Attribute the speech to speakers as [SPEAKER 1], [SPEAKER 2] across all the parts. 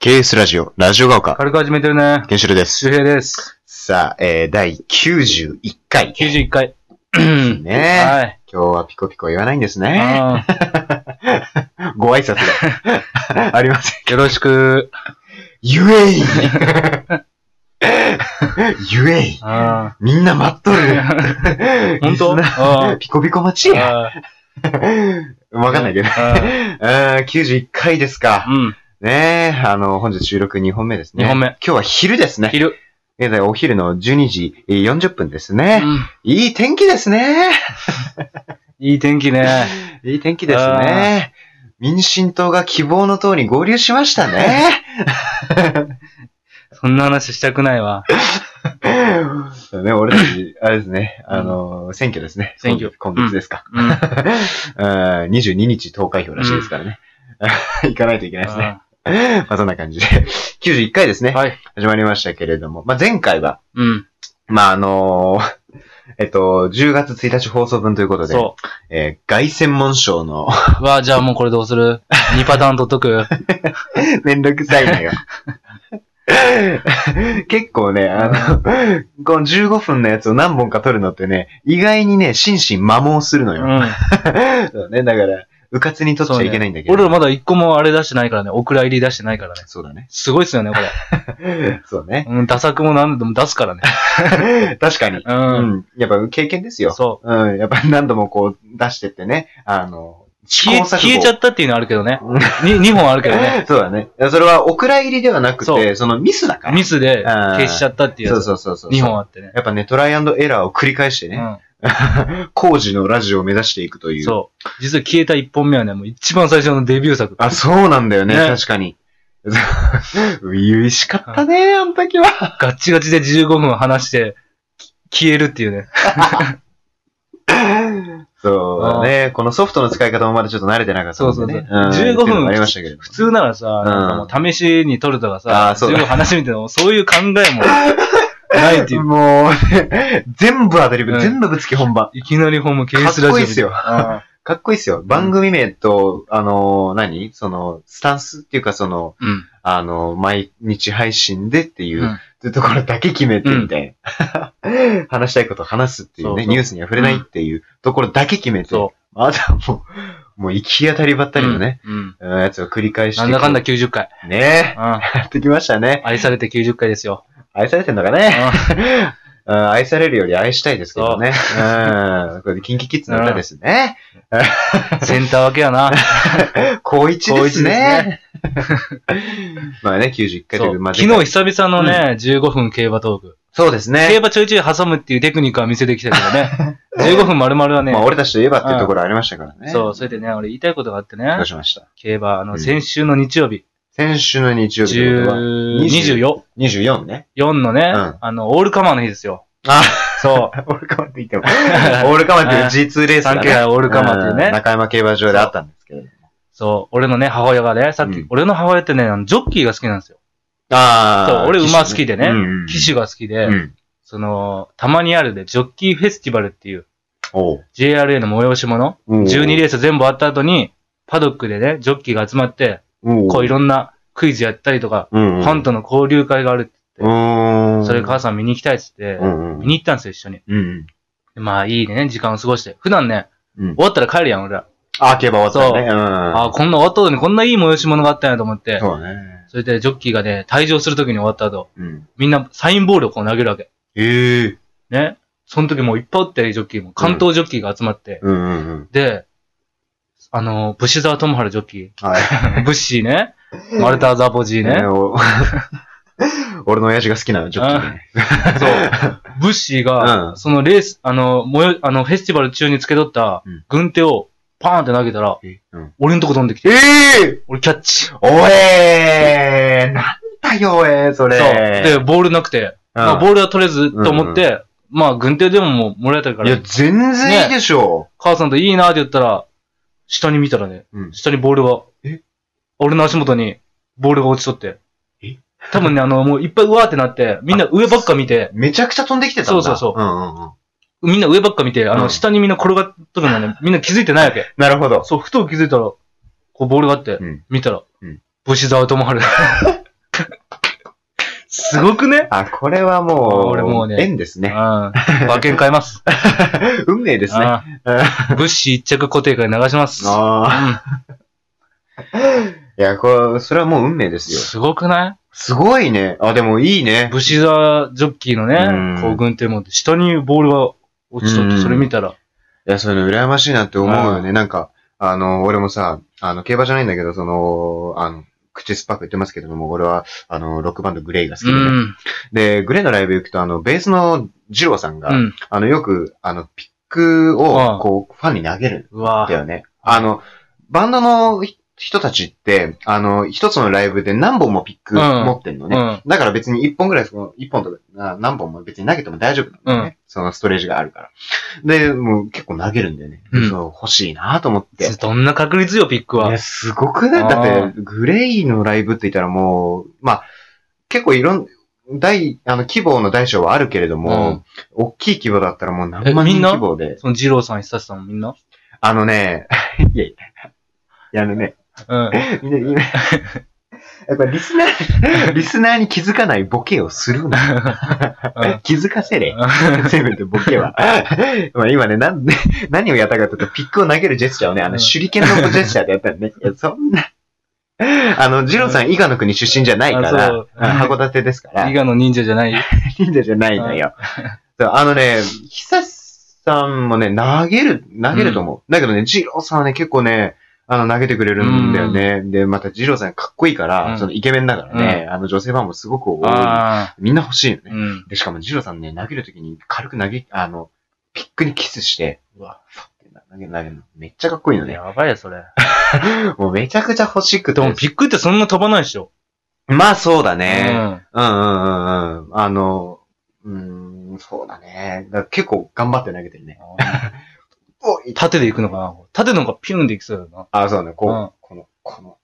[SPEAKER 1] KS ラジオ、ラジオが丘、
[SPEAKER 2] 軽く始めてるね。
[SPEAKER 1] ケンシロウです。
[SPEAKER 2] 周平です。
[SPEAKER 1] さあ、えー、第91回。
[SPEAKER 2] 91回。
[SPEAKER 1] ねえ。
[SPEAKER 2] はい。
[SPEAKER 1] 今日はピコピコ言わないんですね。
[SPEAKER 2] あー
[SPEAKER 1] ご挨拶 がありません。
[SPEAKER 2] よろしく。
[SPEAKER 1] ゆえ いゆえい
[SPEAKER 2] あ
[SPEAKER 1] みんな待っとる
[SPEAKER 2] 本当
[SPEAKER 1] リスナー
[SPEAKER 2] うん
[SPEAKER 1] ピコピコ待ち
[SPEAKER 2] ー
[SPEAKER 1] や
[SPEAKER 2] あー
[SPEAKER 1] わかんないけど。
[SPEAKER 2] あ
[SPEAKER 1] あー91回ですか。
[SPEAKER 2] ーうん。
[SPEAKER 1] ねえ、あの、本日収録2本目ですね。
[SPEAKER 2] 二本目
[SPEAKER 1] 今日は昼ですね。
[SPEAKER 2] 昼。
[SPEAKER 1] 現在お昼の12時えー40分です
[SPEAKER 2] う
[SPEAKER 1] ね。
[SPEAKER 2] ん
[SPEAKER 1] いい天気ですね。
[SPEAKER 2] いい天気ね。
[SPEAKER 1] いい天気ですね。民進党が希望の党に合流しましたね。
[SPEAKER 2] そんな話したくないわ。
[SPEAKER 1] そう ね俺たち、あれですね、あの、選挙ですね。
[SPEAKER 2] 選挙
[SPEAKER 1] 今月今月ですか。
[SPEAKER 2] うん。
[SPEAKER 1] あ ー22日投開票らしいですからね。 行かないといけないですね。
[SPEAKER 2] あ
[SPEAKER 1] まあそんな感じで。91回ですね。
[SPEAKER 2] ーはい。
[SPEAKER 1] 始まりましたけれども。まあ前回は、
[SPEAKER 2] うん。
[SPEAKER 1] まああのーえっと、10月1日放送分ということで、
[SPEAKER 2] そ
[SPEAKER 1] えー外専門省の
[SPEAKER 2] う。わ、じゃあもうこれどうする ?2 パターン取っとく。
[SPEAKER 1] めんどくさいのよ。結構ね、あの、この15分のやつを何本か撮るのってね、意外にね、心身摩耗するの
[SPEAKER 2] う
[SPEAKER 1] よ。
[SPEAKER 2] ん。
[SPEAKER 1] そうね、だから、うかつに撮っち
[SPEAKER 2] そう
[SPEAKER 1] ゃ
[SPEAKER 2] ね
[SPEAKER 1] いけないんだけど。
[SPEAKER 2] 俺らまだ1個もあれ出してないからね。お蔵入り出してないからね。
[SPEAKER 1] そうだね。
[SPEAKER 2] すごいっすよね、これ。
[SPEAKER 1] そうね。
[SPEAKER 2] うん、打作も何度も出すからね。
[SPEAKER 1] 確かに。
[SPEAKER 2] う。
[SPEAKER 1] うんん。やっぱ経験ですよ。
[SPEAKER 2] そう。
[SPEAKER 1] うん。やっぱ何度もこう出してってね、あの、
[SPEAKER 2] 消え、消 えちゃ
[SPEAKER 1] っ
[SPEAKER 2] ったっていうのはあるけどね。に、2本あるけどね。
[SPEAKER 1] そうだね。それはお蔵入りではなく
[SPEAKER 2] そ
[SPEAKER 1] て、そのミスだから。
[SPEAKER 2] ミスで
[SPEAKER 1] あー
[SPEAKER 2] 消しちゃったっていう
[SPEAKER 1] そう
[SPEAKER 2] やつ。
[SPEAKER 1] そうそうそう。
[SPEAKER 2] 2本あってね。
[SPEAKER 1] やっぱね、トライアンドエラーを繰り返してね、 工事のラジオを目指していくと
[SPEAKER 2] う
[SPEAKER 1] い
[SPEAKER 2] ん。
[SPEAKER 1] う。
[SPEAKER 2] そう。実は消えた1本目はね、もう一番最初のデビュー作。
[SPEAKER 1] あ、そうなんだよね、
[SPEAKER 2] ね
[SPEAKER 1] 確かに。 優しかったね、あの時は。
[SPEAKER 2] ガッチガチで15分話して、き消えるっていうね。
[SPEAKER 1] そうだね。このソフトの使い方もまだちょっと慣れてなかったんで、ね。
[SPEAKER 2] そうそうそうん15分
[SPEAKER 1] っていうのもありましたけど。
[SPEAKER 2] 普通ならさ、なんかもう試しに撮るとか
[SPEAKER 1] あー
[SPEAKER 2] さ、
[SPEAKER 1] そう
[SPEAKER 2] 15
[SPEAKER 1] だ
[SPEAKER 2] 分話みたいなの、そういう考え もないっていう。
[SPEAKER 1] もうね、全部アドリブ、
[SPEAKER 2] うん
[SPEAKER 1] 全部ぶつけ本番。
[SPEAKER 2] いきなりホームケース
[SPEAKER 1] かっ
[SPEAKER 2] ラジオみたな。
[SPEAKER 1] こいいっすよ
[SPEAKER 2] うん。
[SPEAKER 1] かっこいいっすよ。番組名と、あのー、何その、スタンスっていうか、その、
[SPEAKER 2] うん。
[SPEAKER 1] あのー、毎日配信でっていう、
[SPEAKER 2] うん
[SPEAKER 1] っていうところだけ決めて、みたいな。 話したいことを話すっていうね
[SPEAKER 2] そうそう
[SPEAKER 1] ニュースには触れないっていうところだけ決めて、
[SPEAKER 2] そ
[SPEAKER 1] あとはもう、もう行き当たりばっ
[SPEAKER 2] う。
[SPEAKER 1] たりのね、
[SPEAKER 2] うん。
[SPEAKER 1] うんやつを繰り返して。
[SPEAKER 2] なんだかんだ。90回。
[SPEAKER 1] ね
[SPEAKER 2] うん。
[SPEAKER 1] え、やってきましたね。
[SPEAKER 2] 愛されて90回ですよ。
[SPEAKER 1] 愛されてんのか
[SPEAKER 2] う
[SPEAKER 1] ね。
[SPEAKER 2] ん。
[SPEAKER 1] うん愛されるより愛したいですけどね。うん。これ、キンキキッズの歌ですね。
[SPEAKER 2] センターわけや な。
[SPEAKER 1] 高一
[SPEAKER 2] 高
[SPEAKER 1] で
[SPEAKER 2] 一
[SPEAKER 1] すね。 まあね、91回ということで、まあ、
[SPEAKER 2] 昨日久々のね、15分競馬トーク。
[SPEAKER 1] そうです
[SPEAKER 2] 競
[SPEAKER 1] ね。
[SPEAKER 2] 馬ちょいちょい挟むっていうテクニックは見せてきたけど ね。15分丸々はね
[SPEAKER 1] まあ、、俺たちといえばっていうところありましたからね。
[SPEAKER 2] そう、それでね、俺言いたいことがあってね
[SPEAKER 1] どう、しました
[SPEAKER 2] 競馬、あ
[SPEAKER 1] う
[SPEAKER 2] の、
[SPEAKER 1] ん
[SPEAKER 2] 先週の日曜日、
[SPEAKER 1] 先週の日曜日のことは、
[SPEAKER 2] 10
[SPEAKER 1] 24
[SPEAKER 2] 24、
[SPEAKER 1] 24ね。
[SPEAKER 2] 4のね
[SPEAKER 1] うん、
[SPEAKER 2] あの、オールカマーの日ですよ。
[SPEAKER 1] あ、オ
[SPEAKER 2] そ
[SPEAKER 1] ールカマンって言 っても、オールカマンっていう G2 レー
[SPEAKER 2] う、
[SPEAKER 1] スだ
[SPEAKER 2] 3
[SPEAKER 1] ね。
[SPEAKER 2] 回オールカマーっていう
[SPEAKER 1] うん
[SPEAKER 2] ね、
[SPEAKER 1] 中山競馬場であったんですけど。
[SPEAKER 2] そう、俺のね、母親がね、さっ
[SPEAKER 1] う
[SPEAKER 2] き
[SPEAKER 1] ん、
[SPEAKER 2] 俺の母親ってね、あのジョッキーが好きなんですよ。
[SPEAKER 1] あ
[SPEAKER 2] そう、俺馬好きでね
[SPEAKER 1] うんうん、
[SPEAKER 2] 騎手が好きで
[SPEAKER 1] う、ん。
[SPEAKER 2] その、たまにあるで、ジョッキーフェスティバルっていう、
[SPEAKER 1] おう
[SPEAKER 2] JRA の催し物、12レース全部終わった後に、パドックでね、ジョッキーが集まって、
[SPEAKER 1] お
[SPEAKER 2] こうい
[SPEAKER 1] ろ、
[SPEAKER 2] ろんなクイズやったりとか、
[SPEAKER 1] うん
[SPEAKER 2] フ
[SPEAKER 1] うん
[SPEAKER 2] ァンとの交流会がある。
[SPEAKER 1] うーん。
[SPEAKER 2] それ母さん見に行きたいっつって
[SPEAKER 1] う、んう
[SPEAKER 2] 見
[SPEAKER 1] ん。
[SPEAKER 2] に行ったんですよ、一緒に。
[SPEAKER 1] うん。
[SPEAKER 2] でまあいいね、時間を過ごして。普段ね、
[SPEAKER 1] うん。
[SPEAKER 2] 終わったら帰るやん、俺ら。
[SPEAKER 1] あ、競馬終わったね。うん。
[SPEAKER 2] ああ、こんな終わった後にこんないい催し物があったんやと思って。
[SPEAKER 1] そうだね。
[SPEAKER 2] それでジョッキーがね、退場するときに終わった後、
[SPEAKER 1] うん。
[SPEAKER 2] みんなサインボールをこう投げるわけ。
[SPEAKER 1] ええ。
[SPEAKER 2] ね。その時もういっぱいおって、ジョッキーも。関東ジョッキーが集まって。
[SPEAKER 1] うんうん うん。
[SPEAKER 2] で、あの、武士沢智春ジョッキー。
[SPEAKER 1] はい。
[SPEAKER 2] ブッシーね。マルターザポジーね
[SPEAKER 1] ね。お 俺の親父が好きなの、ちょっとね。
[SPEAKER 2] そう。ブッシーが、
[SPEAKER 1] うん
[SPEAKER 2] そのレース、あの、もよ、あの、フェスティバル中につけとった
[SPEAKER 1] うん、
[SPEAKER 2] 軍手を、パーンって投げたら、
[SPEAKER 1] えうん
[SPEAKER 2] 俺のとこ飛んできて、
[SPEAKER 1] ええ
[SPEAKER 2] 俺キャッチ。そう。
[SPEAKER 1] おえーなんだよ、えー、それ。
[SPEAKER 2] で、ボールなくて、まあ、ボールは取れずと思って、まあ、軍手でももうもらえたか
[SPEAKER 1] いや
[SPEAKER 2] ら、、
[SPEAKER 1] 全然いいでしょ
[SPEAKER 2] 母さんといいなって言ったら、下に見たらね、
[SPEAKER 1] う。うん。
[SPEAKER 2] 下にボールが
[SPEAKER 1] え、
[SPEAKER 2] 俺の足元にボールが落ちとって
[SPEAKER 1] え、
[SPEAKER 2] 多分ね、あの、もういっぱいうわーってなって、みんな上ばっか見て、
[SPEAKER 1] めちゃくちゃ飛んできてたんだ。。
[SPEAKER 2] そうそうそう
[SPEAKER 1] うんうんうん。
[SPEAKER 2] みんな上ばっか見て、あ
[SPEAKER 1] う
[SPEAKER 2] の、
[SPEAKER 1] ん
[SPEAKER 2] 下にみんな転がっとるのね、みんな気づいてないわけ。
[SPEAKER 1] なるほど。
[SPEAKER 2] そう、ふと気づいたら、こうボールがあって、
[SPEAKER 1] うん
[SPEAKER 2] 見たら、
[SPEAKER 1] うん
[SPEAKER 2] 武士沢智春。 すごくね
[SPEAKER 1] あ、これはもう、
[SPEAKER 2] 俺もうね
[SPEAKER 1] 縁です
[SPEAKER 2] うん。
[SPEAKER 1] ね。
[SPEAKER 2] 馬券買います。
[SPEAKER 1] 運命ですね。
[SPEAKER 2] あー物資一着固定会流します。
[SPEAKER 1] ああ。 いや、これ、それはもう運命で
[SPEAKER 2] うん
[SPEAKER 1] すよ。
[SPEAKER 2] すごくない
[SPEAKER 1] すごいね。あ、でもいいね。
[SPEAKER 2] 武士座ジョッキーの
[SPEAKER 1] うん
[SPEAKER 2] ね、こう軍手持って、下にボールが落ちとっ
[SPEAKER 1] う
[SPEAKER 2] て、
[SPEAKER 1] ん
[SPEAKER 2] それ見たら。
[SPEAKER 1] いや、そういうの羨ましいなって思うよ
[SPEAKER 2] う
[SPEAKER 1] ね。なんか、あの、俺もさ、あの、競馬じゃないんだけど、その、あの、口酸っぱく言ってますけども、俺は、あの、ロックバンドグレイが好き
[SPEAKER 2] う
[SPEAKER 1] でね。
[SPEAKER 2] ん。
[SPEAKER 1] で、グレーのライブ行くと、あの、ベースのジローさんが、
[SPEAKER 2] うん。
[SPEAKER 1] あの、よく、あの、ピック
[SPEAKER 2] あ
[SPEAKER 1] を、
[SPEAKER 2] あ
[SPEAKER 1] こう、ファンに投げる
[SPEAKER 2] うんわ
[SPEAKER 1] だよね。
[SPEAKER 2] あ
[SPEAKER 1] あの、バンドのひ人たちって、あの、一つのライブで何本もピック
[SPEAKER 2] うん
[SPEAKER 1] 持ってんの
[SPEAKER 2] う
[SPEAKER 1] ね。
[SPEAKER 2] ん。
[SPEAKER 1] だから別に一本ぐらい、その、一本とか、な何本も別に投げても大丈夫なんだよね。そのストレージがあるから。で、もう結構投げるんだよね。
[SPEAKER 2] うん
[SPEAKER 1] そう、欲しいなと思って。
[SPEAKER 2] どんな確率よ、ピックは
[SPEAKER 1] ね、。すごくない
[SPEAKER 2] あー
[SPEAKER 1] だって、グレイのライブって言ったらもう、まあ、結構いろん、大、あの、規模の大小はあるけれども、大きい規模だったらもう何万
[SPEAKER 2] えみ
[SPEAKER 1] 人
[SPEAKER 2] んな
[SPEAKER 1] 規模で、
[SPEAKER 2] その二郎さん、久志さんもみんな。
[SPEAKER 1] あのね、 いやいや、あのね、
[SPEAKER 2] うん。
[SPEAKER 1] みんな、み んなやっぱリスナー、リスナーに気づかないボケをするな。
[SPEAKER 2] うん
[SPEAKER 1] 気づかせれ。せめてボケ は。まあ今ね、なんで、何をやったかというと、ピックを投げるジェスチャーをね、あ
[SPEAKER 2] う
[SPEAKER 1] の、
[SPEAKER 2] ん
[SPEAKER 1] 手裏剣のジェスチャーでやった んで、ね、いやそんな。あの、ジローさん、伊賀の国出身じゃないか
[SPEAKER 2] あ
[SPEAKER 1] ら、
[SPEAKER 2] そう
[SPEAKER 1] うん函館ですから
[SPEAKER 2] 伊、賀の忍者じゃない
[SPEAKER 1] 忍者じゃないのよ。そうあのね、久志さんもね、投げる、投げると思う。だけどね、ジローさんはね、結構ね、あの、投げてくれるんだよね。で、また、ジローさんかっこいいから、
[SPEAKER 2] うん
[SPEAKER 1] そのイケメンだからね、あの、女性ファンもすごく多い。
[SPEAKER 2] あ
[SPEAKER 1] みんな欲しいよね
[SPEAKER 2] あ。。うん。
[SPEAKER 1] で、しかも、ジローさんね、投げるときに軽く投げ、あの、ピックにキスして、うわ、ファって投げ、投げるの。めっちゃかっこいいの ね。
[SPEAKER 2] やばいよ、それ。
[SPEAKER 1] もうめちゃくちゃ欲しく
[SPEAKER 2] で
[SPEAKER 1] て
[SPEAKER 2] も、。ピックってそんな飛ばないでしょ。
[SPEAKER 1] まあそうだ
[SPEAKER 2] う
[SPEAKER 1] ね。
[SPEAKER 2] ん。
[SPEAKER 1] うんうんうんうん。あの、うーん、そうだね。だから結構頑張って投げてるね。おい
[SPEAKER 2] 縦で行くのかな縦の方がピュンで行きそうだよ
[SPEAKER 1] あ、そうだね。こう、
[SPEAKER 2] うん
[SPEAKER 1] この、この、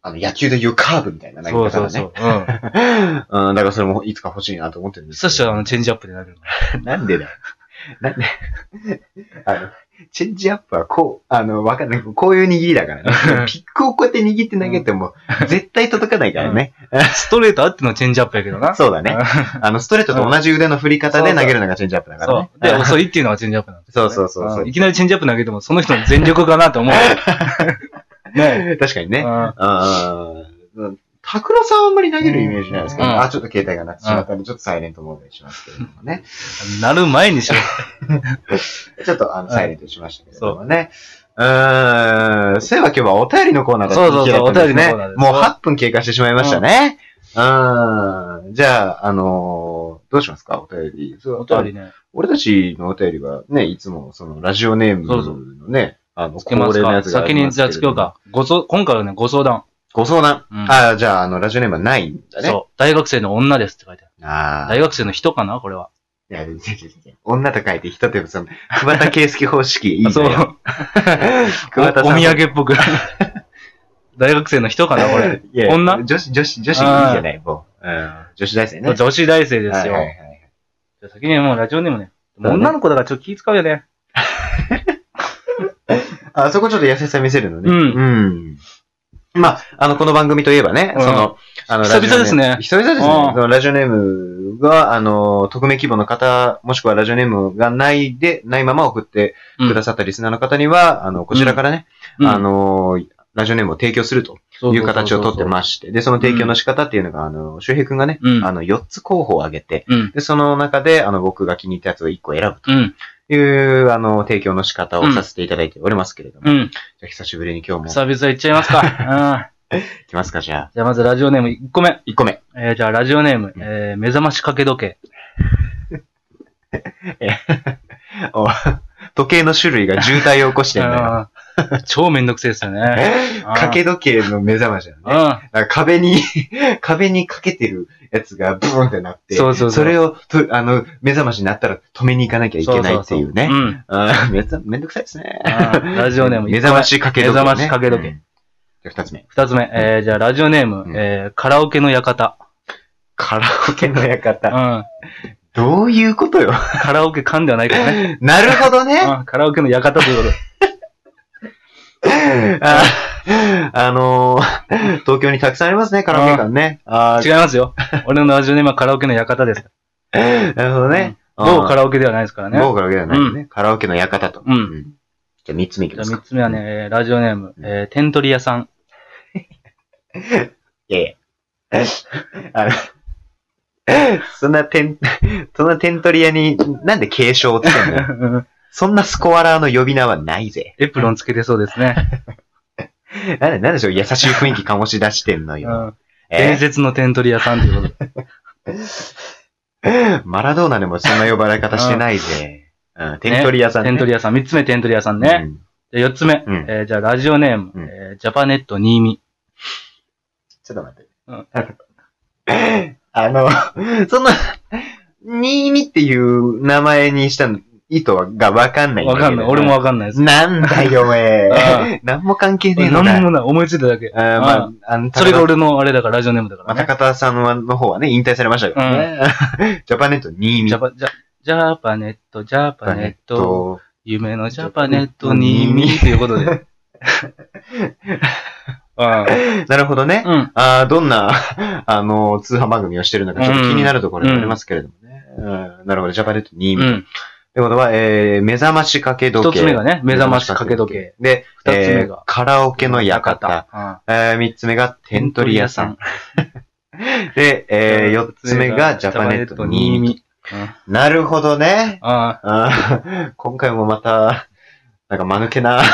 [SPEAKER 1] あの、野球でいうカーブみたいな
[SPEAKER 2] な。
[SPEAKER 1] 投げ
[SPEAKER 2] そう
[SPEAKER 1] 方
[SPEAKER 2] そ
[SPEAKER 1] だ
[SPEAKER 2] うそ
[SPEAKER 1] ね。
[SPEAKER 2] う。う ん。
[SPEAKER 1] うん、だからそれもいつか欲しいなと思ってるんです
[SPEAKER 2] そしたら、あの、チェンジアップでなる。
[SPEAKER 1] なんでだよ。なんで あの、チェンジアップはこう、あの、わかんない。こういう握りだからね。ピックをこうやって握って投げても、絶対届かないからね。
[SPEAKER 2] ストレートあってのチェンジアップやけどな。
[SPEAKER 1] そうだね。あの、ストレートと同じ腕の振り方で投げるのがチェンジアップだから
[SPEAKER 2] そ
[SPEAKER 1] ね。
[SPEAKER 2] う。で、遅いっていうのがチェンジアップなんですよね
[SPEAKER 1] そうそうそうそうん
[SPEAKER 2] いきなりチェンジアップ投げても、その人の全力かなと思うよ。ね。
[SPEAKER 1] 確かに
[SPEAKER 2] う
[SPEAKER 1] ね。
[SPEAKER 2] ん
[SPEAKER 1] うん。桜さんはあんまり投げるイメージないですけど、
[SPEAKER 2] うん
[SPEAKER 1] あ、ちょっと携帯が鳴ってしまったんで、ちょっとサイレントモードにしますけれどもね。
[SPEAKER 2] なる前にしろ。
[SPEAKER 1] ちょっとあの、サイレントにしましたけれどもね。うーん。そういえば今日はお便りのコーナーだった
[SPEAKER 2] そうそうそう
[SPEAKER 1] 日だったんです
[SPEAKER 2] お便りのコーナーです
[SPEAKER 1] もう8分経過してしまいましたね。うーん。じゃあ、あのーどうしますかお便り。そう
[SPEAKER 2] お便 りね。
[SPEAKER 1] 俺たちのお便りはね、いつもそのラジオネーム
[SPEAKER 2] そうそ
[SPEAKER 1] のね、あの、
[SPEAKER 2] つけますか
[SPEAKER 1] あ
[SPEAKER 2] 先
[SPEAKER 1] りま
[SPEAKER 2] に
[SPEAKER 1] す
[SPEAKER 2] じゃあつけよう
[SPEAKER 1] けれども。
[SPEAKER 2] か。ごそ、今回はね、ご相談。
[SPEAKER 1] ご相談。
[SPEAKER 2] うん
[SPEAKER 1] あじゃあ、あの、ラジオネームはないんだね。
[SPEAKER 2] そう。大学生の女ですって書いてある。
[SPEAKER 1] ああ。
[SPEAKER 2] 大学生の人かなこれは。
[SPEAKER 1] いや、違う違う違う女と書いて人と呼ぶ、 その、桑田圭介方式いいんだよ。。
[SPEAKER 2] そう。おお
[SPEAKER 1] 桑田
[SPEAKER 2] 土
[SPEAKER 1] さん。
[SPEAKER 2] 産っ ぽく。大学生の人かなこれ。
[SPEAKER 1] いや
[SPEAKER 2] 女
[SPEAKER 1] 女子、女子、女子いいじゃない、もう。うん女子大生ね。
[SPEAKER 2] 女子大生ですよ
[SPEAKER 1] はいは。いはい
[SPEAKER 2] じゃあ先にもうラジオネームね。
[SPEAKER 1] そうね
[SPEAKER 2] 女の子だからちょっと気使うよね。
[SPEAKER 1] あそこちょっと優しさ見せるのね。。
[SPEAKER 2] うん
[SPEAKER 1] まあ、あの、この番組といえばね、
[SPEAKER 2] うん
[SPEAKER 1] その、あの、
[SPEAKER 2] 久々です
[SPEAKER 1] ラジオネー
[SPEAKER 2] ね
[SPEAKER 1] ム久々です
[SPEAKER 2] う
[SPEAKER 1] ね
[SPEAKER 2] ん。
[SPEAKER 1] そのラジオネームが、あの、匿名希望の方、もしくはラジオネームがないで、ないまま送って
[SPEAKER 2] うん
[SPEAKER 1] くださったリスナーの方には、あの、こちらからね、
[SPEAKER 2] うん
[SPEAKER 1] あの、ラジオネームを提供すると
[SPEAKER 2] そう
[SPEAKER 1] い
[SPEAKER 2] そううそうそう
[SPEAKER 1] 形をとってまして、で、その提供の仕方っていうのが、あの、周平くんがね、
[SPEAKER 2] うん
[SPEAKER 1] あの、4つ候補を挙げて、
[SPEAKER 2] うん。
[SPEAKER 1] で、その中で、あの、僕が気に入ったやつを1個選ぶ
[SPEAKER 2] うん。
[SPEAKER 1] という、あの、提供の仕方をさせていただいておりますけれども。
[SPEAKER 2] う
[SPEAKER 1] じ
[SPEAKER 2] ん。
[SPEAKER 1] ゃあ、久しぶりに今日も
[SPEAKER 2] 久々いっちゃいます か。うん。
[SPEAKER 1] 行きますか、じゃあ。
[SPEAKER 2] じゃあまずラジオネーム1個目。
[SPEAKER 1] 1個目。
[SPEAKER 2] えー、じゃあラジオネーム、
[SPEAKER 1] うん
[SPEAKER 2] えー、目覚ましかけ時計。
[SPEAKER 1] お時計の種類が渋滞を起こしてん だよ。
[SPEAKER 2] うん超めんどくせえですよね。
[SPEAKER 1] え
[SPEAKER 2] あー
[SPEAKER 1] 掛け時計の目覚ましだよ
[SPEAKER 2] う
[SPEAKER 1] ね。
[SPEAKER 2] ん。
[SPEAKER 1] なんか壁に、 壁にかけてるやつがブーンってなって、
[SPEAKER 2] そうそうそう
[SPEAKER 1] れをと、あの、目覚ましになったら止めに行かなきゃいけないっていうね。
[SPEAKER 2] うん。
[SPEAKER 1] あーめざめんどくさいですね。
[SPEAKER 2] ラジオネーム
[SPEAKER 1] 目覚ましかけ時計、ね。
[SPEAKER 2] 目覚ましかけ時計
[SPEAKER 1] うんじゃあ、二つ目。
[SPEAKER 2] 二つ目、えー、じゃあラジオネーム、
[SPEAKER 1] うん
[SPEAKER 2] えー、カラオケの館。
[SPEAKER 1] カラオケの
[SPEAKER 2] うん。
[SPEAKER 1] 館。
[SPEAKER 2] カ
[SPEAKER 1] どういうこと よ。
[SPEAKER 2] ラオケ館ではないからね。
[SPEAKER 1] なるほどね。
[SPEAKER 2] うんカラオケの館ということで。
[SPEAKER 1] ああのー東京にたくさんありますね、カラオケ館ね。あ
[SPEAKER 2] 違いますよ。俺のラジオネームはカラオケの館です。
[SPEAKER 1] あ、なるほどね。
[SPEAKER 2] 某カ
[SPEAKER 1] ラ
[SPEAKER 2] ラオケではないですからね。
[SPEAKER 1] 某カラオケじゃないね。カラオケの館と。
[SPEAKER 2] うん
[SPEAKER 1] じゃあ、三つ目いき
[SPEAKER 2] じゃ
[SPEAKER 1] ま
[SPEAKER 2] あ
[SPEAKER 1] す
[SPEAKER 2] 三
[SPEAKER 1] か。
[SPEAKER 2] つ目はね、えーラジオネーム、えー、テントリ 屋さん。
[SPEAKER 1] いやいや。あの、 そんな点、そんな点取り屋に、なんで継承ってん のそんなスコアラーの呼び名はないぜ。
[SPEAKER 2] エプロンつけてそうですね。
[SPEAKER 1] なんで、なんでしょう、優しい雰囲気醸し出してんの
[SPEAKER 2] う
[SPEAKER 1] よ。
[SPEAKER 2] ん
[SPEAKER 1] え
[SPEAKER 2] 伝説のテントリ屋さんということで。
[SPEAKER 1] マラドーナでもそんな呼ばれ方してないぜ。うん、点取り屋さん、
[SPEAKER 2] テントリ屋さん。三つ目、テントリ屋さんね。
[SPEAKER 1] うん
[SPEAKER 2] で四つ目、
[SPEAKER 1] うん
[SPEAKER 2] えーじゃあラジオネーム、
[SPEAKER 1] うん
[SPEAKER 2] えージャパネット新見。
[SPEAKER 1] ちょっと待って。
[SPEAKER 2] うん
[SPEAKER 1] あの、 そんな、ニーニっていう名前にした意図がわかんない
[SPEAKER 2] わ
[SPEAKER 1] だけど
[SPEAKER 2] かんない。俺も。わかんないです。
[SPEAKER 1] なんだよ、お
[SPEAKER 2] う
[SPEAKER 1] めえ。なんも関係ねえの
[SPEAKER 2] 何
[SPEAKER 1] な。
[SPEAKER 2] もない。思いついただけ。
[SPEAKER 1] あーまあ、あの、
[SPEAKER 2] それが俺のあれだから、ラジオネームだか
[SPEAKER 1] まあ、
[SPEAKER 2] らね。
[SPEAKER 1] 高田さんはの方はね、引退されましたけどね。 ジャパネット2位
[SPEAKER 2] ジャパ、ジャ、ジャパネット、ジャパネット、
[SPEAKER 1] と、
[SPEAKER 2] 夢のジャパネット新見ということ で。うん
[SPEAKER 1] なるほどね。
[SPEAKER 2] うん。
[SPEAKER 1] ああ、どんな、 あの、通販番組をしてるのか、ちょっと気になるところではありますけれどもね。うんなるほど、ジャパネット2位。
[SPEAKER 2] う
[SPEAKER 1] って
[SPEAKER 2] ん。
[SPEAKER 1] ことは、えー、目覚ましかけ時計。
[SPEAKER 2] 一つ目がね、目覚ましかけ時計。。
[SPEAKER 1] で、
[SPEAKER 2] 二つ
[SPEAKER 1] え
[SPEAKER 2] 目
[SPEAKER 1] ー
[SPEAKER 2] が
[SPEAKER 1] カラオケの館。。えー、三つ目が
[SPEAKER 2] テ
[SPEAKER 1] 点取り屋さん。。で、えー、四つ目がジャパネット2位。。
[SPEAKER 2] うん
[SPEAKER 1] なるほどね。
[SPEAKER 2] あ
[SPEAKER 1] あー今回もまた、なんか間抜けな、
[SPEAKER 2] うん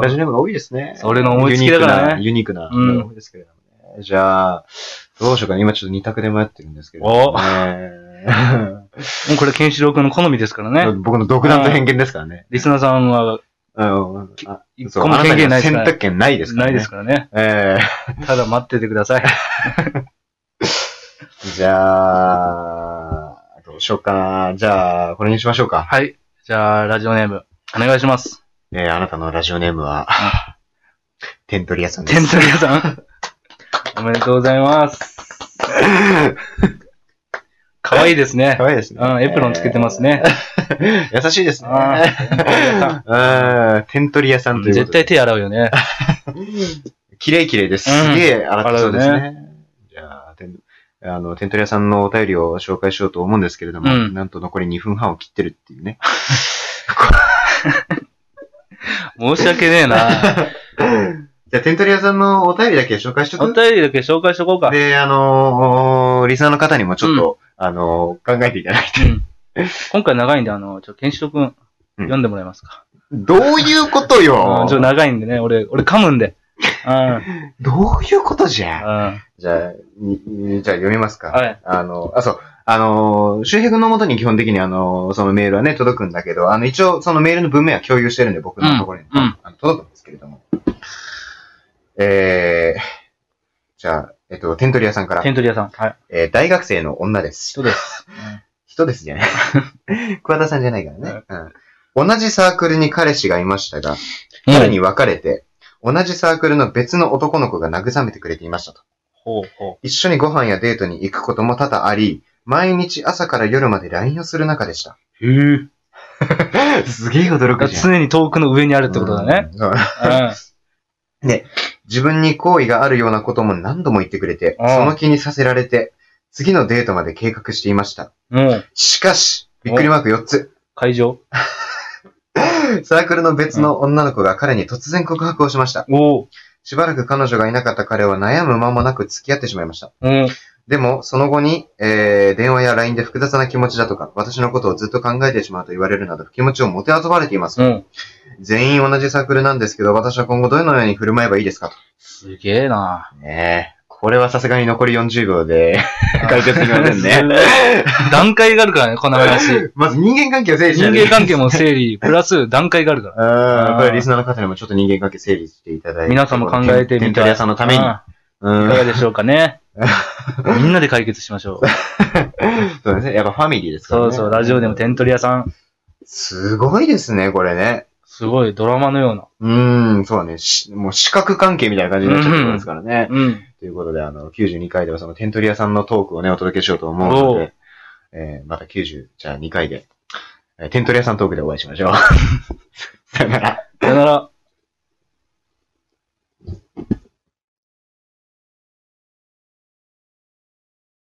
[SPEAKER 1] ラジオネームが多いですね。
[SPEAKER 2] それの思いつきだからね
[SPEAKER 1] ユニークな、ユニー
[SPEAKER 2] う
[SPEAKER 1] クなの
[SPEAKER 2] ん
[SPEAKER 1] が多いですけれどもね。じゃあ、どうしようかね。今ちょっと二択で迷ってるんですけど、
[SPEAKER 2] お
[SPEAKER 1] ね。
[SPEAKER 2] ーもうこれ、ケンシロウ君の好みですか らね。
[SPEAKER 1] 僕の独断と偏見ですからね。
[SPEAKER 2] リスナーさんは、
[SPEAKER 1] うん。あ
[SPEAKER 2] 一
[SPEAKER 1] そう、
[SPEAKER 2] 個
[SPEAKER 1] あな
[SPEAKER 2] も
[SPEAKER 1] た
[SPEAKER 2] 権
[SPEAKER 1] に
[SPEAKER 2] 限な
[SPEAKER 1] はい
[SPEAKER 2] です
[SPEAKER 1] 選
[SPEAKER 2] から。
[SPEAKER 1] 択権ないですから
[SPEAKER 2] な
[SPEAKER 1] ね。
[SPEAKER 2] いですからね。
[SPEAKER 1] え
[SPEAKER 2] ただ待っててく ださい。
[SPEAKER 1] えじゃあ、どうしようかな。じゃあ、これにしましょうか。
[SPEAKER 2] はい。じゃあ、ラジオネーム、お願いします。
[SPEAKER 1] えーあなたのラジオネームは、テントリアさんです
[SPEAKER 2] テン。トリア さん。おめでとうございます。可愛いですね
[SPEAKER 1] か。わいいですね。
[SPEAKER 2] うん、エプロンつけてますね。
[SPEAKER 1] 優しいですね。
[SPEAKER 2] あ ー
[SPEAKER 1] うん、テントリ屋さんという
[SPEAKER 2] 絶
[SPEAKER 1] ことで。
[SPEAKER 2] 対手洗うよね。
[SPEAKER 1] 綺麗綺麗です。
[SPEAKER 2] うん
[SPEAKER 1] すげえ洗ってそうです
[SPEAKER 2] 洗
[SPEAKER 1] ね。じゃあ、テンあの、テントリ屋さんのお便りを紹介しようと思うんですけれども、
[SPEAKER 2] うん
[SPEAKER 1] なんと残り2分半を切ってるっていうね。
[SPEAKER 2] 申し訳ねえ な。
[SPEAKER 1] じゃあ、テントリ屋さんのお便りだけ紹介しと
[SPEAKER 2] お
[SPEAKER 1] く
[SPEAKER 2] 便りだけ紹介しとこうか。
[SPEAKER 1] で、あのーリスナーの方にもちょっと、あのー考えていただいて。
[SPEAKER 2] うん今回長いんで、あの、ちょ、ケンシロウ君、読んでもらえますか。
[SPEAKER 1] どういうこと
[SPEAKER 2] う
[SPEAKER 1] よ
[SPEAKER 2] ん、ちょ、長いんでね、俺、俺噛むん で。うん、うん。
[SPEAKER 1] どういうことじゃ
[SPEAKER 2] は
[SPEAKER 1] じゃあ、ににじゃあ読みますか。
[SPEAKER 2] はい。
[SPEAKER 1] あの、あ、そう。あの、周平君のもとに基本的にあの、そのメールはね、届くんだけど、あの、一応そのメールの文面は共有してるんで、僕のところに、
[SPEAKER 2] うんうん
[SPEAKER 1] あの届くんですけれども。えー、じゃあ、えっと、テントリアさんか
[SPEAKER 2] い。テ
[SPEAKER 1] ら、
[SPEAKER 2] ントリアさん。はい。
[SPEAKER 1] えー大学生の女です。
[SPEAKER 2] 人です。
[SPEAKER 1] 人ですじゃない。 桑田さんじゃないからね。うん。同じサークルに彼氏がいましたが、
[SPEAKER 2] うん
[SPEAKER 1] 彼に別れて、同じサークルの別の男の子が慰めてくれていましたと。
[SPEAKER 2] ほうほ
[SPEAKER 1] 一緒にご飯やデートに行くことも多々あり、毎日朝から夜まで LINE をする中でした。
[SPEAKER 2] う。へえ。
[SPEAKER 1] すげえ驚
[SPEAKER 2] だから常に遠くの上にあるってことだね。。
[SPEAKER 1] うん
[SPEAKER 2] うん。
[SPEAKER 1] 自分に好意があるようなことも何度も言ってくれて、
[SPEAKER 2] うん
[SPEAKER 1] その気にさせられて、次のデートまで計画していました。
[SPEAKER 2] もう、
[SPEAKER 1] しかし、びっくりマーク4つ。
[SPEAKER 2] 会場
[SPEAKER 1] サークルの別の女の子が彼に突然告白をしました。
[SPEAKER 2] おう。
[SPEAKER 1] しばらく彼女がいなかった彼は悩む間もなく付き合ってしまいました。
[SPEAKER 2] うん。
[SPEAKER 1] でも、その後に、えー、電話や LINE で複雑な気持ちだとか、私のことをずっと考えてしまうと言われるなど、気持ちをもてあそばれています。
[SPEAKER 2] うん。
[SPEAKER 1] 全員同じサークルなんですけど、私は今後どのように振る舞えばいいですか
[SPEAKER 2] すげえな。
[SPEAKER 1] と。ねえ。これはさすがに残り40秒で解決できませんね。
[SPEAKER 2] 段階があるからね、この 話。
[SPEAKER 1] まず人間関係を整理し
[SPEAKER 2] 人
[SPEAKER 1] て。
[SPEAKER 2] 間関係も整理、プラス段階があるから。
[SPEAKER 1] うん。こ
[SPEAKER 2] う
[SPEAKER 1] れ
[SPEAKER 2] ん
[SPEAKER 1] リスナーの方にもちょっと人間関係整理していただいて。
[SPEAKER 2] 皆さんも考えてみたい。
[SPEAKER 1] テントリアさんのために
[SPEAKER 2] う。
[SPEAKER 1] う
[SPEAKER 2] いかが
[SPEAKER 1] ん。
[SPEAKER 2] でしょうか ね。みんなで解決しましょう。
[SPEAKER 1] そうですね。やっぱファミリーですからね。
[SPEAKER 2] そうそう、ラジオでもテントリアさん。
[SPEAKER 1] すごいですね、これね。
[SPEAKER 2] すごい、ドラマのような。
[SPEAKER 1] うーん、そうね。しもう視覚関係みたいな感じになっちゃってますからね。
[SPEAKER 2] うん。
[SPEAKER 1] ということで、あの、92回ではそのテントリアさんのトークをね、お届けしようと思うので、えー、また90、じゃあ2回で、えーテントリアさんトークでお会いしましょう。さよなら。
[SPEAKER 2] さよなら。